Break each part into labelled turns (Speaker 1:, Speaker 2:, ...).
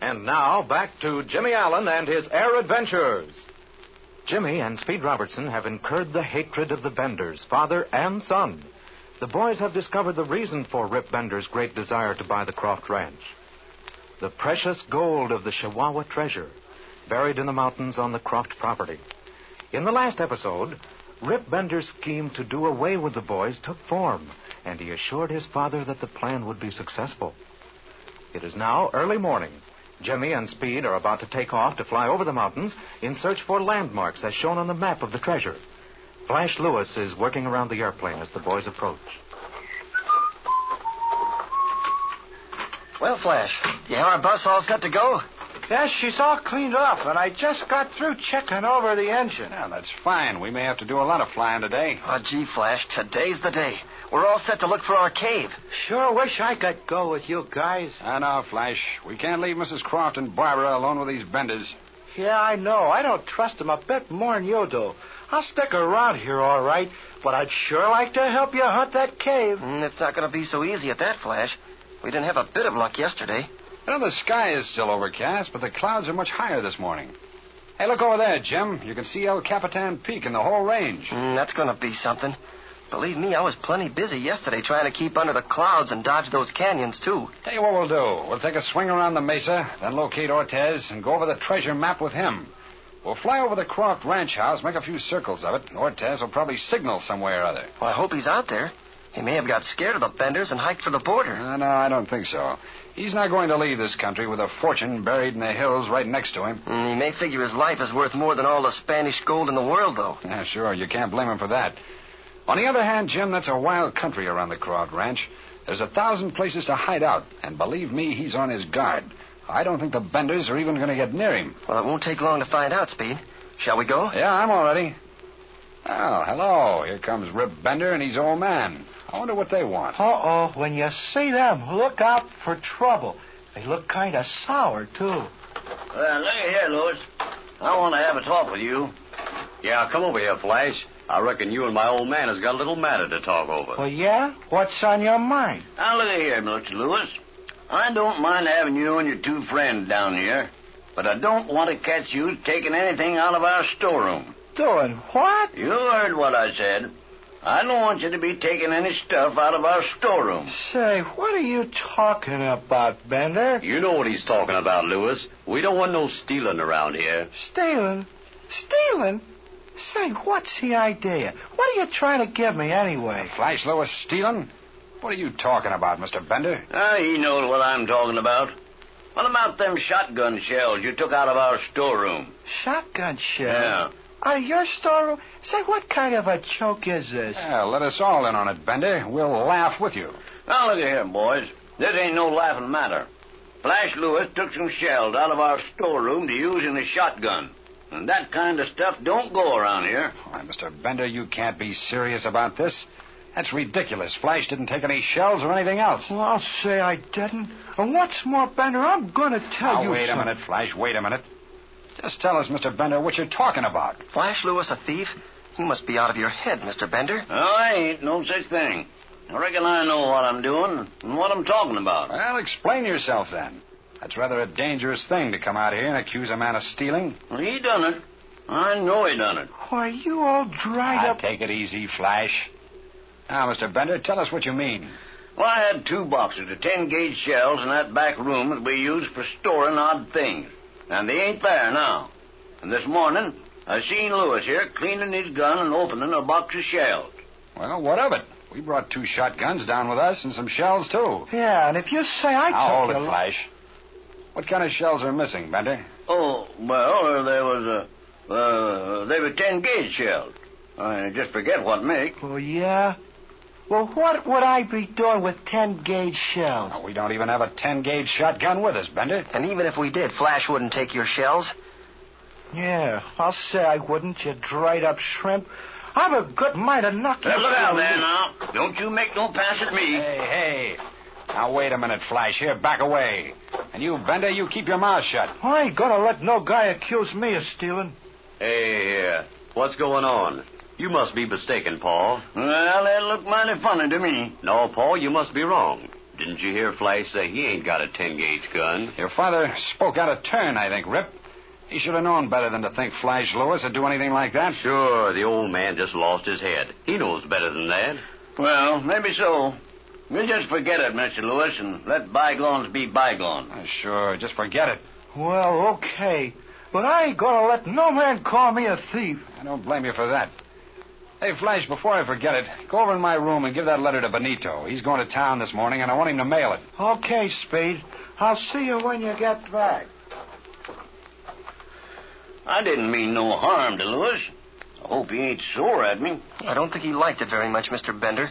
Speaker 1: And now back to Jimmy Allen and his air adventures. Jimmy and Speed Robertson have incurred the hatred of the Benders, father and son. The boys have discovered the reason for Rip Bender's great desire to buy the Croft Ranch. The precious gold of the Chihuahua treasure, buried in the mountains on the Croft property. In the last episode, Rip Bender's scheme to do away with the boys took form, and he assured his father that the plan would be successful. It is now early morning. Jimmy and Speed are about to take off to fly over the mountains in search for landmarks as shown on the map of the treasure. Flash Lewis is working around the airplane as the boys approach.
Speaker 2: Well, Flash, you have our bus all set to go?
Speaker 3: Yes, she's all cleaned up, and I just got through checking over the engine.
Speaker 4: Yeah, that's fine. We may have to do a lot of flying today.
Speaker 2: Oh, gee, Flash, today's the day. We're all set to look for our cave.
Speaker 3: Sure wish I could go with you guys.
Speaker 4: I know, Flash. We can't leave Mrs. Croft and Barbara alone with these benders.
Speaker 3: Yeah, I know. I don't trust them a bit more than you do. I'll stick around here, all right, but I'd sure like to help you hunt that cave.
Speaker 2: Mm, it's not going to be so easy at that, Flash. We didn't have a bit of luck yesterday.
Speaker 4: You know, the sky is still overcast, but the clouds are much higher this morning. Hey, look over there, Jim. You can see El Capitan Peak and the whole range.
Speaker 2: Mm, that's going to be something. Believe me, I was plenty busy yesterday trying to keep under the clouds and dodge those canyons, too.
Speaker 4: Tell you what we'll do. We'll take a swing around the mesa, then locate Ortez and go over the treasure map with him. We'll fly over the Croft ranch house, make a few circles of it, and Ortez will probably signal somewhere or other.
Speaker 2: Well, I hope he's out there. He may have got scared of the benders and hiked for the border.
Speaker 4: Uh, no, I don't think so. He's not going to leave this country with a fortune buried in the hills right next to him.
Speaker 2: Mm, he may figure his life is worth more than all the Spanish gold in the world, though.
Speaker 4: Yeah, sure, you can't blame him for that. On the other hand, Jim, that's a wild country around the Croft Ranch. There's a thousand places to hide out, and believe me, he's on his guard. I don't think the benders are even going to get near him.
Speaker 2: Well, it won't take long to find out, Speed. Shall we go?
Speaker 4: Yeah, I'm all ready. Oh, hello. Here comes Rip Bender and his old man. I wonder what they want.
Speaker 3: Uh oh, when you see them, look out for trouble. They look kind of sour, too.
Speaker 5: Well, look here, Lewis. I want to have a talk with you.
Speaker 6: Yeah, come over here, Flash. I reckon you and my old man has got a little matter to talk over.
Speaker 3: Well, yeah? What's on your mind?
Speaker 5: Now, look here, Mr. Lewis. I don't mind having you and your two friends down here, but I don't want to catch you taking anything out of our storeroom.
Speaker 3: Doing what?
Speaker 5: You heard what I said. I don't want you to be taking any stuff out of our storeroom.
Speaker 3: Say, what are you talking about, Bender?
Speaker 6: You know what he's talking about, Lewis. We don't want no stealing around here.
Speaker 3: Stealing? Stealing? Say, what's the idea? What are you trying to give me anyway?
Speaker 4: Flash Lewis stealing? What are you talking about, Mr. Bender?
Speaker 5: Ah, he knows what I'm talking about. What about them shotgun shells you took out of our storeroom?
Speaker 3: Shotgun shells?
Speaker 5: Yeah.
Speaker 3: Out of your storeroom? Say, what kind of a joke is this?
Speaker 4: Yeah, let us all in on it, Bender. We'll laugh with you.
Speaker 5: Now, look here, boys. This ain't no laughing matter. Flash Lewis took some shells out of our storeroom to use in a shotgun. And that kind of stuff don't go around here.
Speaker 4: Why, Mr. Bender, you can't be serious about this. That's ridiculous. Flash didn't take any shells or anything else.
Speaker 3: Well, I'll say I didn't. And what's more, Bender, I'm going to tell
Speaker 4: now,
Speaker 3: you
Speaker 4: Oh, wait
Speaker 3: something.
Speaker 4: a minute, Flash. Wait a minute. Just tell us, Mr. Bender, what you're talking about.
Speaker 2: Flash Lewis a thief? You must be out of your head, Mr. Bender.
Speaker 5: Oh, I ain't no such thing. I reckon I know what I'm doing and what I'm talking about.
Speaker 4: Well, explain yourself then. That's rather a dangerous thing to come out here and accuse a man of stealing.
Speaker 5: Well, he done it. I know he done it.
Speaker 3: Why, you all dried
Speaker 4: Ah,
Speaker 3: up.
Speaker 4: take it easy, Flash. Now, Mr. Bender, tell us what you mean.
Speaker 5: Well, I had two boxes of 10 gauge shells in that back room that we used for storing odd things. And they ain't there now. And this morning, I seen Lewis here cleaning his gun and opening a box of shells.
Speaker 4: Well, what of it? We brought two shotguns down with us and some shells, too.
Speaker 3: Yeah, and if you say I
Speaker 4: Now, hold
Speaker 3: took
Speaker 4: it,
Speaker 3: your-
Speaker 4: Flash. What kind of shells are missing, Bender?
Speaker 5: Oh, well, there was a. Uh, they were 10 gauge shells. I just forget what make.
Speaker 3: Oh, yeah? Well, what would I be doing with 10 gauge shells?
Speaker 4: Now, we don't even have a 10 gauge shotgun with us, Bender.
Speaker 2: And even if we did, Flash wouldn't take your shells.
Speaker 3: Yeah, I'll say I wouldn't, you dried up shrimp. I've a good mind to knock you
Speaker 5: Now, look
Speaker 3: down.
Speaker 5: out there now. Don't you make no pass at me.
Speaker 4: Hey, hey. Now, wait a minute, Flash. Here, back away. And you, Bender, you keep your mouth shut.
Speaker 3: I ain't gonna let no guy accuse me of stealing.
Speaker 6: Hey, here. What's going on? You must be mistaken, Paul.
Speaker 5: Well, that looked mighty funny to me.
Speaker 6: No, Paul, you must be wrong. Didn't you hear Flash say he ain't got a 10 gauge gun?
Speaker 4: Your father spoke out of turn, I think, Rip. He should have known better than to think Flash Lewis would do anything like that.
Speaker 6: Sure, the old man just lost his head. He knows better than that.
Speaker 5: Well, maybe so. We'll just forget it, Mr. Lewis, and let bygones be bygones.
Speaker 4: Uh, Sure, just forget it.
Speaker 3: Well, okay. But I ain't gonna let no man call me a thief.
Speaker 4: I don't blame you for that. Hey, Flash, before I forget it, go over in my room and give that letter to Benito. He's going to town this morning, and I want him to mail it.
Speaker 3: Okay, Spade. I'll see you when you get back.
Speaker 5: I didn't mean no harm to Lewis. I hope he ain't sore at me.
Speaker 2: I don't think he liked it very much, Mr. Bender.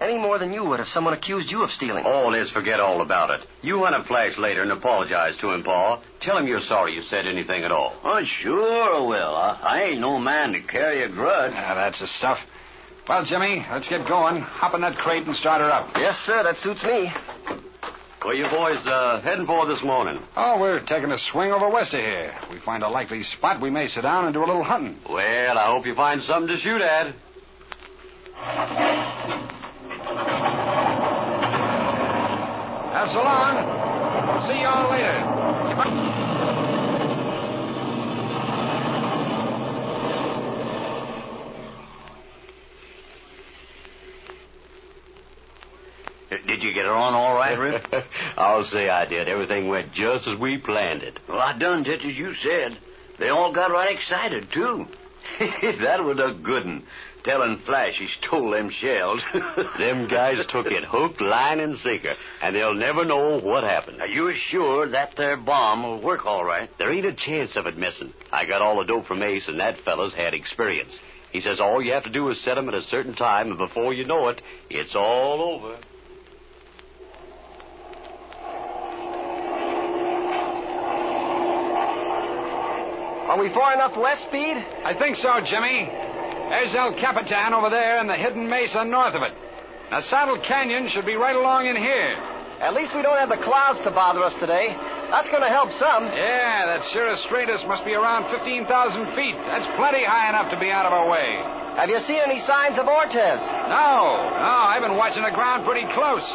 Speaker 2: Any more than you would if someone accused you of stealing.
Speaker 6: All is forget all about it. You hunt up Flash later and apologize to him, Pa. Tell him you're sorry you said anything at all.
Speaker 5: Oh, sure I will. I, I ain't no man to carry a grudge.
Speaker 4: Ah, that's the stuff. Well, Jimmy, let's get going. Hop in that crate and start her up.
Speaker 2: Yes, sir, that suits me.
Speaker 6: Where you boys uh, heading for this morning?
Speaker 4: Oh, we're taking a swing over west of here. If we find a likely spot, we may sit down and do a little hunting.
Speaker 6: Well, I hope you find something to shoot at.
Speaker 4: Now, so long. See y'all later.
Speaker 5: Did you get her on all right, Rip?
Speaker 6: I'll say I did. Everything went just as we planned it.
Speaker 5: well, I done just as you said. They all got right excited, too.
Speaker 6: that was a good one.
Speaker 5: Telling Flash he stole them shells.
Speaker 6: Them guys took it hook, line, and sinker, and they'll never know what happened.
Speaker 5: Are you sure that there bomb will work all right?
Speaker 6: There ain't a chance of it missing. I got all the dope from Ace, and that fella's had experience. He says all you have to do is set 'em at a certain time, and before you know it, it's all over.
Speaker 2: Are we far enough west, Speed?
Speaker 4: I think so, Jimmy. There's El Capitan over there and the hidden mesa north of it. Now, Saddle Canyon should be right along in here.
Speaker 2: At least we don't have the clouds to bother us today. That's going to help some.
Speaker 4: Yeah, that Sierra Stratus must be around 15,000 feet. That's plenty high enough to be out of our way.
Speaker 2: Have you seen any signs of Ortez?
Speaker 4: No, no, I've been watching the ground pretty close.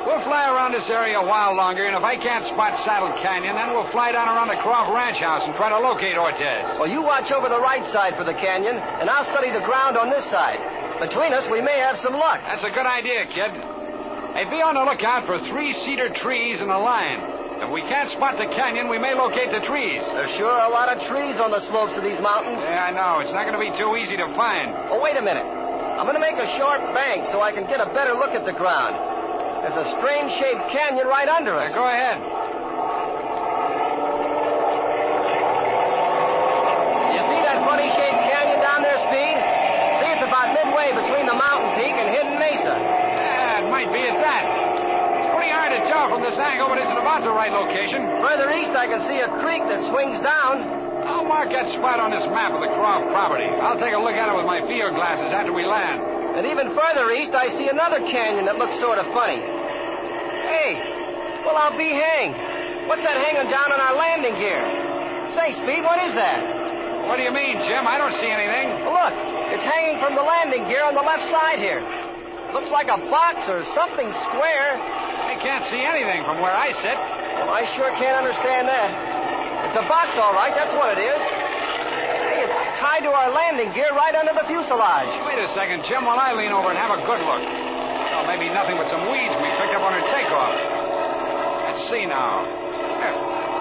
Speaker 4: We'll fly around this area a while longer, and if I can't spot Saddle Canyon, then we'll fly down around the Croft Ranch House and try to locate Ortez.
Speaker 2: Well, you watch over the right side for the canyon, and I'll study the ground on this side. Between us, we may have some luck.
Speaker 4: That's a good idea, kid. Hey, be on the lookout for three cedar trees and a lion. If we can't spot the canyon, we may locate the trees.
Speaker 2: There's sure are a lot of trees on the slopes of these mountains.
Speaker 4: Yeah, I know. It's not going to be too easy to find.
Speaker 2: Oh, wait a minute. I'm going to make a short bank so I can get a better look at the ground. There's a strange shaped canyon right under us.
Speaker 4: Go ahead.
Speaker 2: You see that funny shaped canyon down there, Speed? See, it's about midway between the mountain peak and Hidden Mesa.
Speaker 4: Yeah, it might be at that. It's pretty hard to tell from this angle, but it's about the right location.
Speaker 2: Further east, I can see a creek that swings down.
Speaker 4: I'll mark that spot on this map of the Croft property. I'll take a look at it with my field glasses after we land.
Speaker 2: And even further east, I see another canyon that looks sort of funny. Hey, well, I'll be hanged. What's that hanging down on our landing gear? Say, Speed, what is that?
Speaker 4: What do you mean, Jim? I don't see anything.
Speaker 2: Look, it's hanging from the landing gear on the left side here. Looks like a box or something square.
Speaker 4: I can't see anything from where I sit.
Speaker 2: Well, I sure can't understand that. It's a box, all right. That's what it is. Hey, it's tied to our landing gear right under the fuselage.
Speaker 4: Wait a second, Jim, while I lean over and have a good look. Well, maybe nothing but some weeds we picked up on her takeoff. Let's see now. Here.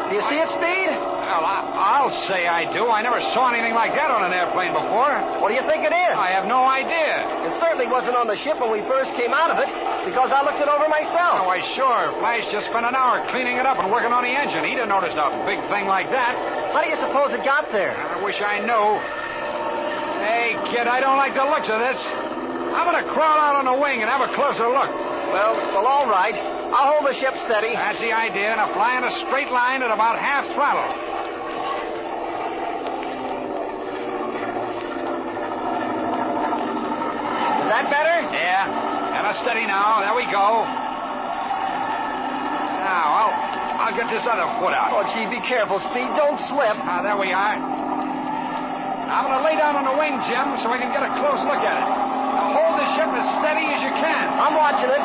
Speaker 2: Do you see it, Speed?
Speaker 4: Well, I, I'll say I do. I never saw anything like that on an airplane before.
Speaker 2: What do you think it is?
Speaker 4: I have no idea.
Speaker 2: It certainly wasn't on the ship when we first came out of it, because I looked it
Speaker 4: Oh,
Speaker 2: over myself.
Speaker 4: why, sure. Flash just spent an hour cleaning it up and working on the engine. He'd have noticed a big thing like that.
Speaker 2: How do you suppose it got there?
Speaker 4: I wish I knew. Hey, kid, I don't like the looks of this. I'm going to crawl out on the wing and have a closer look.
Speaker 2: Well, well, all right. I'll hold the ship steady.
Speaker 4: That's the idea, and I fly in a straight line at about half throttle.
Speaker 2: Is that better?
Speaker 4: Yeah. And I'm steady now. There we go. Now, I'll, I'll get this other foot out.
Speaker 2: Oh, gee, be careful, Speed. Don't slip.
Speaker 4: Ah, there we are. I'm going to lay down on the wing, Jim, so I can get a close look at it. Now hold the ship as steady as you can.
Speaker 2: I'm watching it.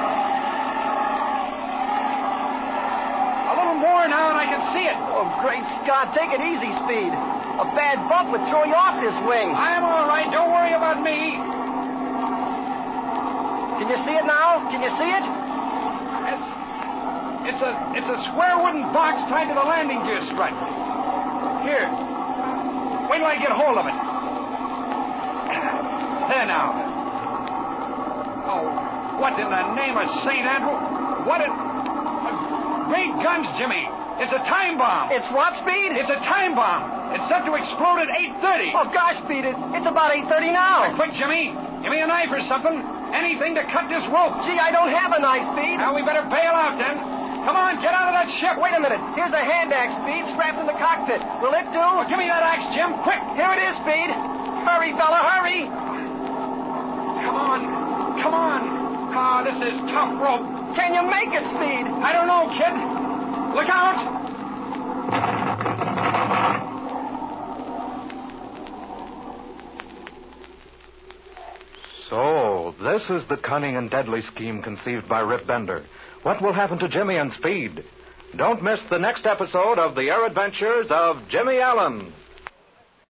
Speaker 4: over now, and I can see it.
Speaker 2: Oh, great Scott, take it easy, Speed. A bad bump would throw you off this wing.
Speaker 4: I'm all right. Don't worry about me.
Speaker 2: Can you see it now? Can you see it?
Speaker 4: It's, it's a it's a square wooden box tied to the landing gear strut. Here. Wait till I get hold of it. There now. Oh, what in the name of St. Andrew? What in... Great guns, Jimmy. It's a time bomb.
Speaker 2: It's what, Speed?
Speaker 4: It's a time bomb. It's set to explode at 8.30.
Speaker 2: Oh, gosh, Speed, it, it's about 8.30 now.
Speaker 4: Quick, Jimmy. Give me a knife or something. Anything to cut this rope.
Speaker 2: Gee, I don't have a knife, Speed.
Speaker 4: Now, we better bail out then. Come on, get out of that ship.
Speaker 2: Wait a minute. Here's a hand axe, Speed, strapped in the cockpit. Will it do?
Speaker 4: Oh, give me that axe, Jim, quick.
Speaker 2: Here it is, Speed. Hurry, fella, hurry.
Speaker 4: Come on. Come on. Ah, this is tough rope.
Speaker 2: Can you make it, Speed?
Speaker 4: I don't know, kid. Look out.
Speaker 3: So, this is the cunning and deadly scheme conceived by Rip Bender. What will happen to Jimmy and Speed? Don't miss the next episode of The Air Adventures of Jimmy Allen.